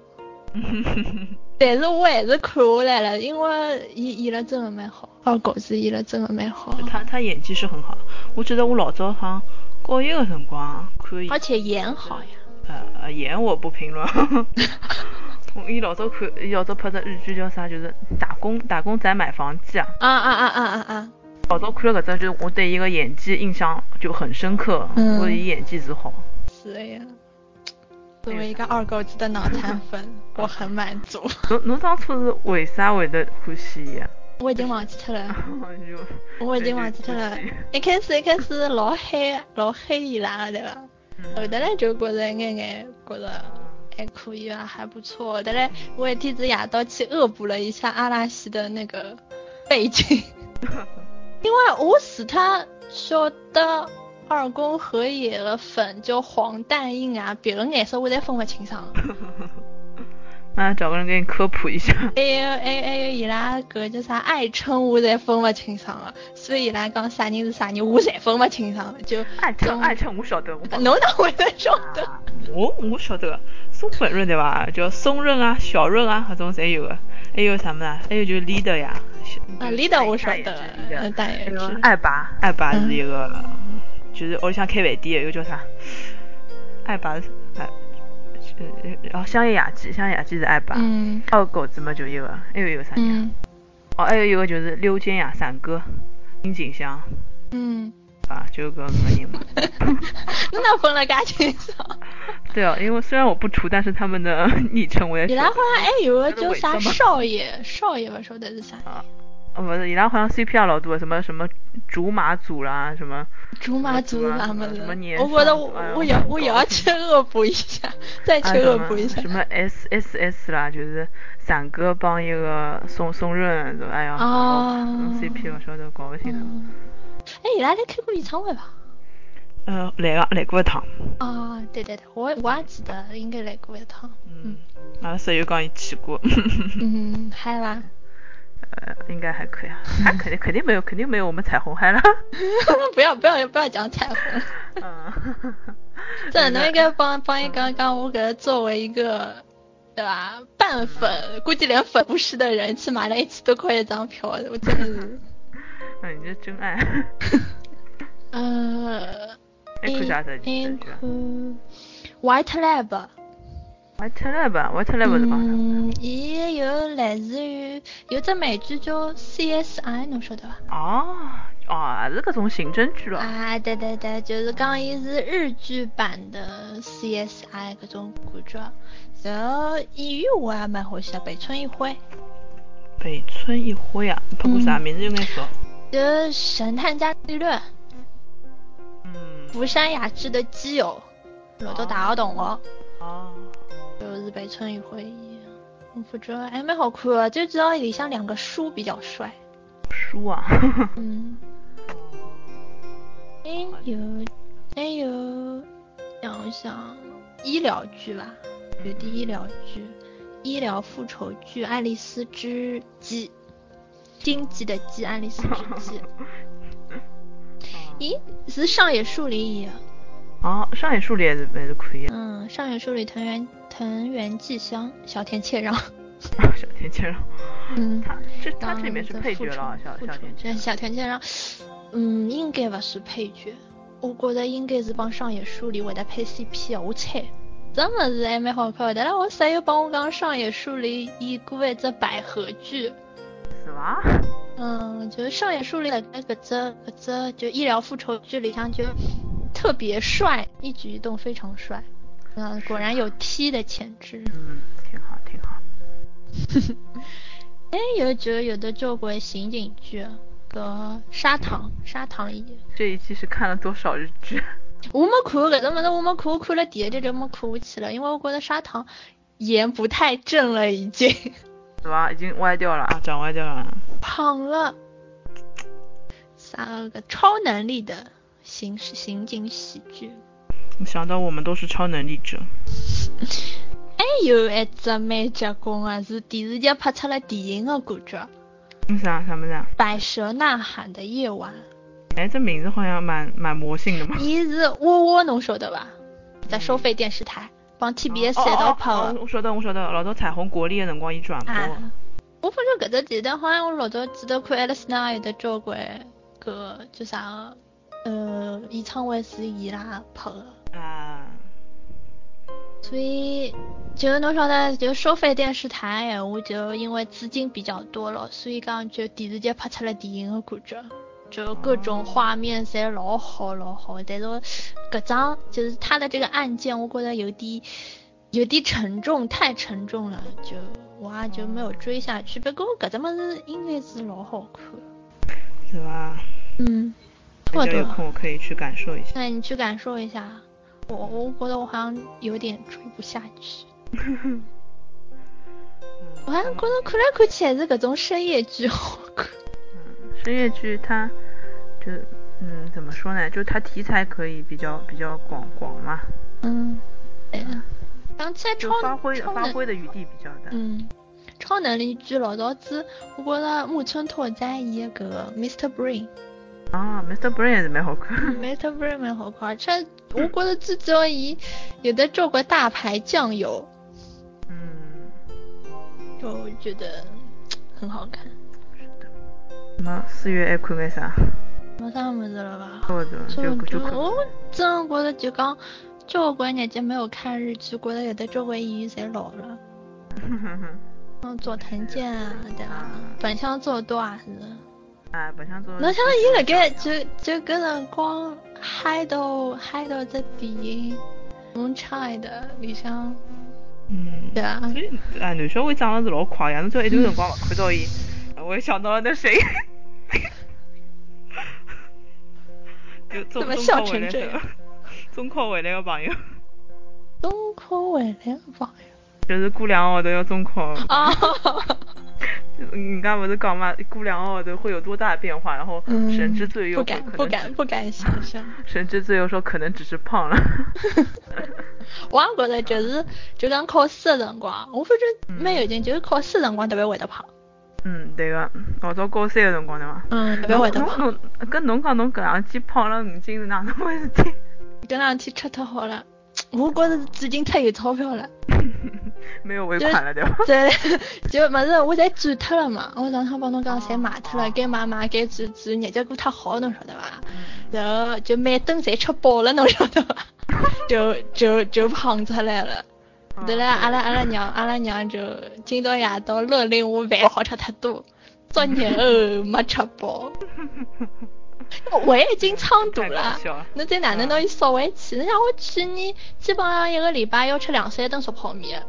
Speaker 2: 但是我还是看下来了，因为伊演了真的蛮好，哦，狗子演了真的蛮好，
Speaker 3: 他他演技是很好，我记得我老早好像高一个辰光啊看伊
Speaker 2: 而且演好呀。
Speaker 3: 呃呃演我 不评论。我伊老早看，伊老早拍只日剧叫啥？就是打工打工仔买房记啊。
Speaker 2: 啊啊啊啊啊啊！
Speaker 3: 老早看了搿只，就是我对伊个演技印象就很深刻，
Speaker 2: 嗯
Speaker 3: 我觉得伊演技是好。
Speaker 2: 是的呀。作为一个二狗子的脑残 粉，我很满足。
Speaker 3: 侬侬当初是为啥会得欢喜伊 啊？
Speaker 2: 我已经忘记脱了。
Speaker 3: 就
Speaker 2: 我已经忘记脱了。一开始一开始老黑老黑伊拉个对伐？
Speaker 3: 嗯
Speaker 2: 后头来就觉着一眼眼觉着还可以啊，还不错。后头来我有一天子夜到去恶补了一下阿拉西的那个背 景，因为我除他晓得二宫和也的粉就黄淡映啊，别个颜色我侪分勿清爽 了。
Speaker 3: 那啊找个人给你科普一下。
Speaker 2: 还有还有还有伊拉搿叫啥爱称我侪分勿清爽了，所以伊拉讲啥人是啥人我侪分勿清爽了，就
Speaker 3: 爱称
Speaker 2: 嗯
Speaker 3: 爱称，我晓得，我
Speaker 2: 侬哪会得晓得？
Speaker 3: 我我晓得个，松本润对伐？叫松润啊、小润啊，搿种侪有个。还有啥么呢？还有就是 leader 呀。小
Speaker 2: 啊
Speaker 3: 就是
Speaker 2: ，leader 我晓
Speaker 3: 大爷
Speaker 2: 得
Speaker 3: 是，leader
Speaker 2: 嗯，大爷嗯
Speaker 3: 还有
Speaker 2: 知。
Speaker 3: 爱爸，爱爸是一个，就是屋里向开饭店的，一个叫啥？爱爸是哎，呃呃哦，香叶雅纪，香叶雅纪是爱爸。
Speaker 2: 嗯
Speaker 3: 还有狗子嘛，就一个，还有一个啥人啊？
Speaker 2: 嗯
Speaker 3: 哦，还有一个就是溜肩呀，伞哥，樱井香
Speaker 2: 嗯，
Speaker 3: 啊，就搿五个人嘛。
Speaker 2: 侬哪分了介清 爽？
Speaker 3: 对哦，因为虽然我不除，但是他们的昵称我也
Speaker 2: 伊
Speaker 3: 晓
Speaker 2: 拉
Speaker 3: 得
Speaker 2: 好。像还哎有个叫
Speaker 3: 那
Speaker 2: 啥
Speaker 3: 个尾巴吗
Speaker 2: 少爷，少爷勿晓得是啥，
Speaker 3: 啊，哦不是，伊拉好像 CP 啊老多，什么什么竹马组啦，什么
Speaker 2: 竹马族
Speaker 3: 什么
Speaker 2: 啥么
Speaker 3: 什
Speaker 2: 子
Speaker 3: 么年。
Speaker 2: 我觉得
Speaker 3: 少
Speaker 2: 我
Speaker 3: 哎呀
Speaker 2: 我也
Speaker 3: 我
Speaker 2: 我也要去恶补一下，再
Speaker 3: 啊
Speaker 2: 去恶补一下
Speaker 3: 什么。什么 S S S 啦，就是伞哥帮一个宋宋润，哎呀，
Speaker 2: 哦
Speaker 3: 嗯 CP 我晓得搞不清楚。
Speaker 2: 嗯哎，伊拉来开过演唱会伐？
Speaker 3: 呃，来个来过一趟，啊
Speaker 2: 哦，对对对，我我也记得，应该来过一趟。
Speaker 3: 嗯，阿拉
Speaker 2: 啊
Speaker 3: 室友讲伊去 过，
Speaker 2: 嗯，嗨啦，
Speaker 3: 呃，应该还可以啊，他肯定肯定没有肯定没有我们彩虹 嗨了，
Speaker 2: 不要不要不要讲彩虹。
Speaker 3: 嗯，
Speaker 2: 这侬应 该帮帮一刚刚我给他作为一个，对吧？半粉，估计连粉不是的人去买了一千多块一张票，我真的是，
Speaker 3: 嗯，你这真爱，哎
Speaker 2: 呃，
Speaker 3: 还看啥子剧
Speaker 2: 嗯
Speaker 3: 啊？
Speaker 2: 嗯，White Lab，
Speaker 3: 我特来吧，我特来不是帮啥？
Speaker 2: 嗯，伊有来自于有只美剧叫 CSI，侬晓得伐？
Speaker 3: 哦哦，也是搿种刑侦剧咯，
Speaker 2: 啊，对对对，就是讲伊是日剧版的 CSI 搿种感觉，然后演员我也蛮欢喜的，北村一辉。
Speaker 3: 北村一辉啊，拍过啥？名字有眼熟，
Speaker 2: 就是《神探伽利略》，
Speaker 3: 嗯，
Speaker 2: 福山雅治的基友，老早大学同学，
Speaker 3: 哦，
Speaker 2: 就是北村一辉演。我不知道，还蛮哎好看的，就知道里向两个叔比较帅。
Speaker 3: 书啊。
Speaker 2: 嗯，哎还有还有，想一想，医疗剧吧，
Speaker 3: 嗯
Speaker 2: 有的医疗剧，医疗复仇剧《爱丽丝之鸡》，经济的鸡，《爱丽丝之 鸡》。咦，是上野树里演的。
Speaker 3: 哦，上野树里还是还是可以，
Speaker 2: 嗯，上野树里藤原藤原纪香、小田切让，
Speaker 3: 小田切让，
Speaker 2: 嗯，
Speaker 3: 他 这他这里面是
Speaker 2: 当
Speaker 3: 配角了，小
Speaker 2: 复仇复
Speaker 3: 小
Speaker 2: 仇
Speaker 3: 田切
Speaker 2: 这小田切让，嗯，应该勿是配角，我觉着应该是帮上野树里会得配 CP 的，我猜。这么子还蛮好看的，但是我室友帮我讲上野树里演过一只百合剧，
Speaker 3: 让是吧？
Speaker 2: 嗯，就是上野树里的搿只搿只就医疗复仇剧里向就特别帅，一举一动非常帅，嗯，果然有 T 的潜质。
Speaker 3: 嗯，挺好挺好。
Speaker 2: 哎，有就有的做过刑警剧，搿砂糖砂糖演。
Speaker 3: 这一期是看了多少日剧？
Speaker 2: 我没看搿只物事，我没看，我看了第一集就没看下去了，因为我觉得砂糖盐不太正了，已 经
Speaker 3: 是吧？已经歪掉了啊，长歪掉了。
Speaker 2: 胖了。三个超能力的刑事刑警喜剧。
Speaker 3: 我想到我们都是超能力者，
Speaker 2: 还哎有一只蛮结棍啊，是电视剧拍出了电影的感觉，《
Speaker 3: 那啥什么的？
Speaker 2: 百蛇呐喊的夜 晚》。
Speaker 3: 哎，这名字好像蛮蛮魔性的嘛。
Speaker 2: 伊是窝窝，侬晓得吧？在收费电视台。帮 TBS
Speaker 3: 哦
Speaker 2: 赛道啊
Speaker 3: 哦
Speaker 2: 拍
Speaker 3: 哦
Speaker 2: 的。
Speaker 3: 我晓得，我晓得，老早彩虹国力的辰光伊转播，
Speaker 2: 啊，我发觉搿只电台好像我老早记得看 Alice 那有得交关搿叫啥个，呃，演唱会是伊拉拍的。
Speaker 3: 啊，
Speaker 2: 所以就侬晓得，就收费电视台哎的闲话，就因为资金比较多了，所以讲就电视剧拍出来电影的感觉，就各种画面侪老好老好。但是搿张就是他的这个案件，我觉得有点有点沉重，太沉重了，就我也就没有追下去。不过搿只物事应该是老好看的，
Speaker 3: 是吧？
Speaker 2: 嗯，
Speaker 3: 大
Speaker 2: 差不
Speaker 3: 家
Speaker 2: 多
Speaker 3: 有
Speaker 2: 了。
Speaker 3: 空我可以去感受一下。
Speaker 2: 那你去感受一下，我我觉得我好像有点追不下去。我还觉得看来看去还是搿种深夜剧好看。
Speaker 3: 深夜剧它就嗯怎么说呢？就它题材可以比较比较广广嘛，
Speaker 2: 嗯，对的。讲起来
Speaker 3: 就
Speaker 2: 超
Speaker 3: 发挥
Speaker 2: 超
Speaker 3: 发
Speaker 2: 能，
Speaker 3: 挥的余地比较大。
Speaker 2: 嗯，超能力剧老早子，我觉得木村拓哉演搿个 Mr. Brain。
Speaker 3: 啊，Mr. Brain 也是蛮好看。
Speaker 2: Meta b r a m 好看，而且我觉得至少伊有的做过大牌酱油，
Speaker 3: 嗯，
Speaker 2: 就觉得很好看。
Speaker 3: 那么四月还看个啥？
Speaker 2: 没啥么子了吧？
Speaker 3: 差不多
Speaker 2: 所
Speaker 3: 就
Speaker 2: 以
Speaker 3: 就
Speaker 2: 就
Speaker 3: 看。
Speaker 2: 我真的觉得就讲，交关日节没有看日剧，觉得有的交关演员侪老 了，像佐藤健啊，
Speaker 3: 嗯
Speaker 2: 对吧？本乡做多啊是。
Speaker 3: 啊，本想做。
Speaker 2: 侬想伊辣盖就就搿辰光嗨到嗨到只电影《Moonchild》里向，
Speaker 3: 嗯。
Speaker 2: 对啊，
Speaker 3: 所以啊，男小孩长得是老快呀，侬只要一段辰光
Speaker 2: 嗯
Speaker 3: 看到伊，我也想到了那 谁，就中
Speaker 2: 怎么
Speaker 3: 中
Speaker 2: 笑
Speaker 3: 考回
Speaker 2: 成
Speaker 3: 来
Speaker 2: 这
Speaker 3: 的
Speaker 2: 样，
Speaker 3: 中考回来个朋友，
Speaker 2: 东口回来个朋友
Speaker 3: 就是过两个号头要中考，
Speaker 2: 啊，
Speaker 3: 人家不是讲嘛，过两个号头会有多大的变化，然后
Speaker 2: 嗯
Speaker 3: 神之最
Speaker 2: 不
Speaker 3: 右
Speaker 2: 敢
Speaker 3: 可
Speaker 2: 不
Speaker 3: 能
Speaker 2: 敢不敢想象。
Speaker 3: 神之最右说可能只 是胖了，
Speaker 2: 我也觉得就是就讲考试的辰光，我反正蛮有劲，就是考试的辰光特别会得胖，
Speaker 3: 嗯，对个，老早高三个辰光对伐？
Speaker 2: 嗯，特别会得
Speaker 3: 侬
Speaker 2: 胖。
Speaker 3: 侬跟侬讲侬搿两天胖了五斤是哪能回事 体？
Speaker 2: 搿两天吃太好了，我觉着最近太有钞票了，
Speaker 3: 没有尾
Speaker 2: 就是
Speaker 3: 款了对伐？
Speaker 2: 对， 就勿是我侪转脱了嘛，我上趟帮侬讲侪买脱了，该买买，该转转，日脚过太好，侬晓得伐？然后就每顿侪吃饱了，侬晓得伐？ 就就就胖出来了。后来阿拉阿拉娘阿拉娘就今朝夜到勒令我饭好吃太多，昨日后没吃 饱，胃已经撑大
Speaker 3: 太搞
Speaker 2: 了。
Speaker 3: 笑了。嗯
Speaker 2: 侬再哪能拿伊烧回去？侬像我去年基本上一个礼拜要吃两三顿熟泡面，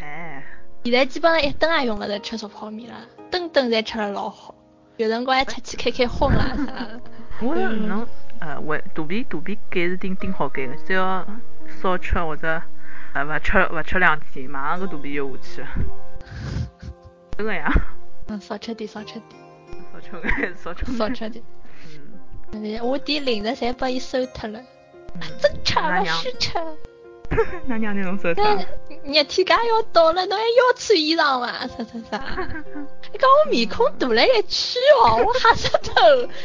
Speaker 3: 哎，
Speaker 2: 现在基本上一顿也用勿着吃熟泡面了，顿顿侪吃了老好。有辰光还出去开开荤啦啥 的。
Speaker 3: 我是
Speaker 2: 嗯
Speaker 3: 侬呃，胃肚皮肚皮减是顶顶好减的，只要少吃或者呃勿吃勿吃两天，马上搿肚皮就下去了。真个呀，
Speaker 2: 嗯，少吃点，少吃点，
Speaker 3: 少吃眼，少吃眼。
Speaker 2: 少吃 点。
Speaker 3: 嗯。
Speaker 2: 嗯我点零食侪拨伊收脱了，
Speaker 3: 嗯
Speaker 2: 真吃
Speaker 3: 那
Speaker 2: 勿
Speaker 3: 娘
Speaker 2: 许吃。
Speaker 3: 那娘那侬说啥？
Speaker 2: 那热天介要到了，侬还要穿衣裳伐？啥啥啥？你讲我面孔大了一圈哦，我吓死脱，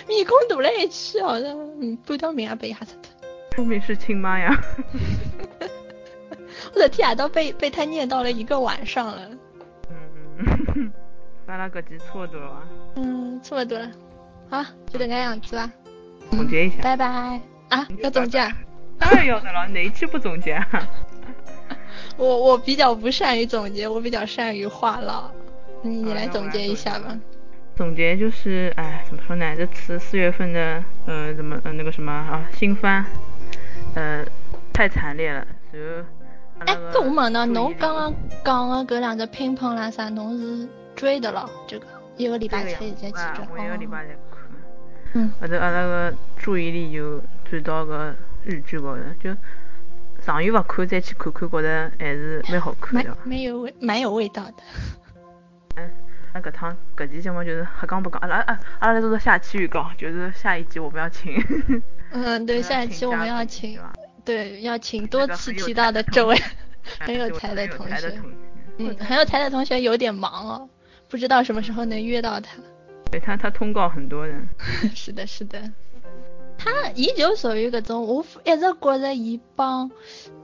Speaker 2: 面孔大了一圈哦，那嗯，半条命也被吓死脱。
Speaker 3: 说明是亲妈呀。
Speaker 2: 我昨天夜到被被他念叨了一个晚上了。
Speaker 3: 嗯嗯。阿拉搿集差不多了伐？
Speaker 2: 嗯，差不多了，好，就这个样子吧，
Speaker 3: 总结一下。
Speaker 2: 拜拜。啊，要总结啊，
Speaker 3: 当然要的了，哪一期不总结啊？
Speaker 2: 我我比较不善于总结，我比较善于话唠。你你
Speaker 3: 好
Speaker 2: 来
Speaker 3: 那我
Speaker 2: 总
Speaker 3: 来
Speaker 2: 结一
Speaker 3: 总
Speaker 2: 下
Speaker 3: 结
Speaker 2: 吧。
Speaker 3: 总结就是，哎，怎么说呢？这次四月份的，呃，怎么，呃，那个什么啊，新番，呃，太惨烈了。然后，
Speaker 2: 哎，搿我问呢，
Speaker 3: 呢，
Speaker 2: 侬刚刚讲的搿两只乒乓啦啥，侬是追的了？这个一个礼
Speaker 3: 这
Speaker 2: 拜
Speaker 3: 个样
Speaker 2: 前已
Speaker 3: 子
Speaker 2: 经去
Speaker 3: 啊
Speaker 2: 追，哦
Speaker 3: 我一个礼拜才看。
Speaker 2: 嗯。
Speaker 3: 后头阿拉个注意力就转到搿日剧高头，就长远勿看再去看看，觉得还是蛮好看
Speaker 2: 蛮
Speaker 3: 的。
Speaker 2: 蛮有味，蛮有味道的。
Speaker 3: 嗯，那搿趟搿期节目就是瞎讲不讲，阿拉啊阿拉做做下期预告，就是下一集我们要请，
Speaker 2: 嗯，对，下一期我们要
Speaker 3: 是
Speaker 2: 请，
Speaker 3: 吧？
Speaker 2: 对，要请
Speaker 3: 那
Speaker 2: 多
Speaker 3: 个
Speaker 2: 次
Speaker 3: 很有
Speaker 2: 提
Speaker 3: 才
Speaker 2: 到的
Speaker 3: 的
Speaker 2: 这位
Speaker 3: 哎
Speaker 2: 很有
Speaker 3: 对
Speaker 2: 才
Speaker 3: 很
Speaker 2: 的
Speaker 3: 有
Speaker 2: 同
Speaker 3: 才的
Speaker 2: 学
Speaker 3: 同学。
Speaker 2: 嗯，很有才的同学有点忙哦，不知道什么时候能约到他。
Speaker 3: 对他，他通告很多人。
Speaker 2: 是的，是的。呃他伊就属于搿种，我一直觉着伊帮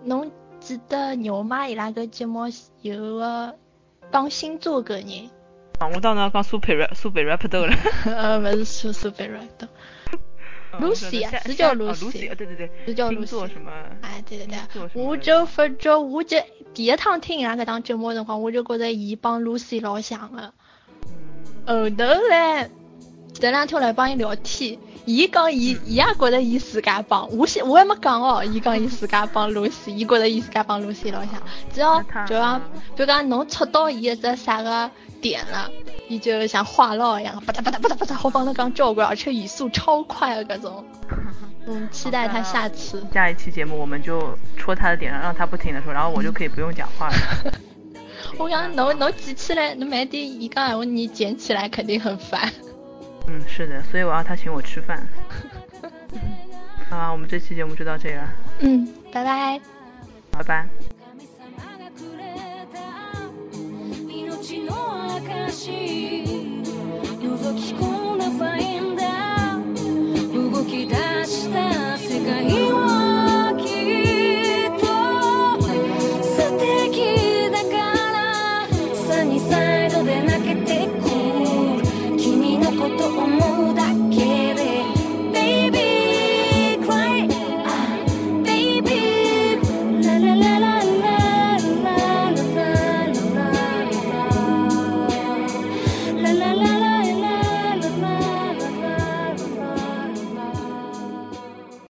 Speaker 2: 侬记得牛妈伊拉搿节目有个讲星座搿人，
Speaker 3: 啊，我当时讲苏北 rap 苏北 rap 斗了。
Speaker 2: 呃，勿是苏苏贝瑞的，Lucy 啊
Speaker 3: 嗯
Speaker 2: 是叫
Speaker 3: 夏夏啊
Speaker 2: Lucy
Speaker 3: Lucy，啊对对对，
Speaker 2: 是叫
Speaker 3: 星座
Speaker 2: Lucy
Speaker 3: 什么？
Speaker 2: 哎，对对对
Speaker 3: 星座，什么
Speaker 2: 我
Speaker 3: 的
Speaker 2: 就发觉，我就第一趟听伊啊拉搿档节目的辰光，我就觉着伊帮 Lucy 老像个。后头嘞，前两天我来帮伊聊天，伊讲伊伊也觉着伊自家帮，我先我还没讲哦，伊讲伊自家帮 Lucy，伊觉着伊自家帮 Lucy 老像，只要
Speaker 3: 那他
Speaker 2: 就讲，比如讲侬戳到伊一只啥个点了，伊就像话痨一样，吧嗒吧嗒吧嗒吧嗒，好帮侬讲交关，而且语速超快的搿 种。嗯，期待他下次。
Speaker 3: 下一期节目我们就戳他的点，让他不停的说，然后我就可以不用讲话了。
Speaker 2: 我讲侬侬记起来，侬慢点，伊讲闲话你捡起来肯定很烦。
Speaker 3: 嗯，是的，所以我要他请我吃饭。好啊，我们这期节目就到这里了，
Speaker 2: 嗯，拜拜。
Speaker 3: 拜拜。
Speaker 1: 神様がくれた命の証覗き込んだファインダー動き出した世界はきっと素敵だからサニーサイドでな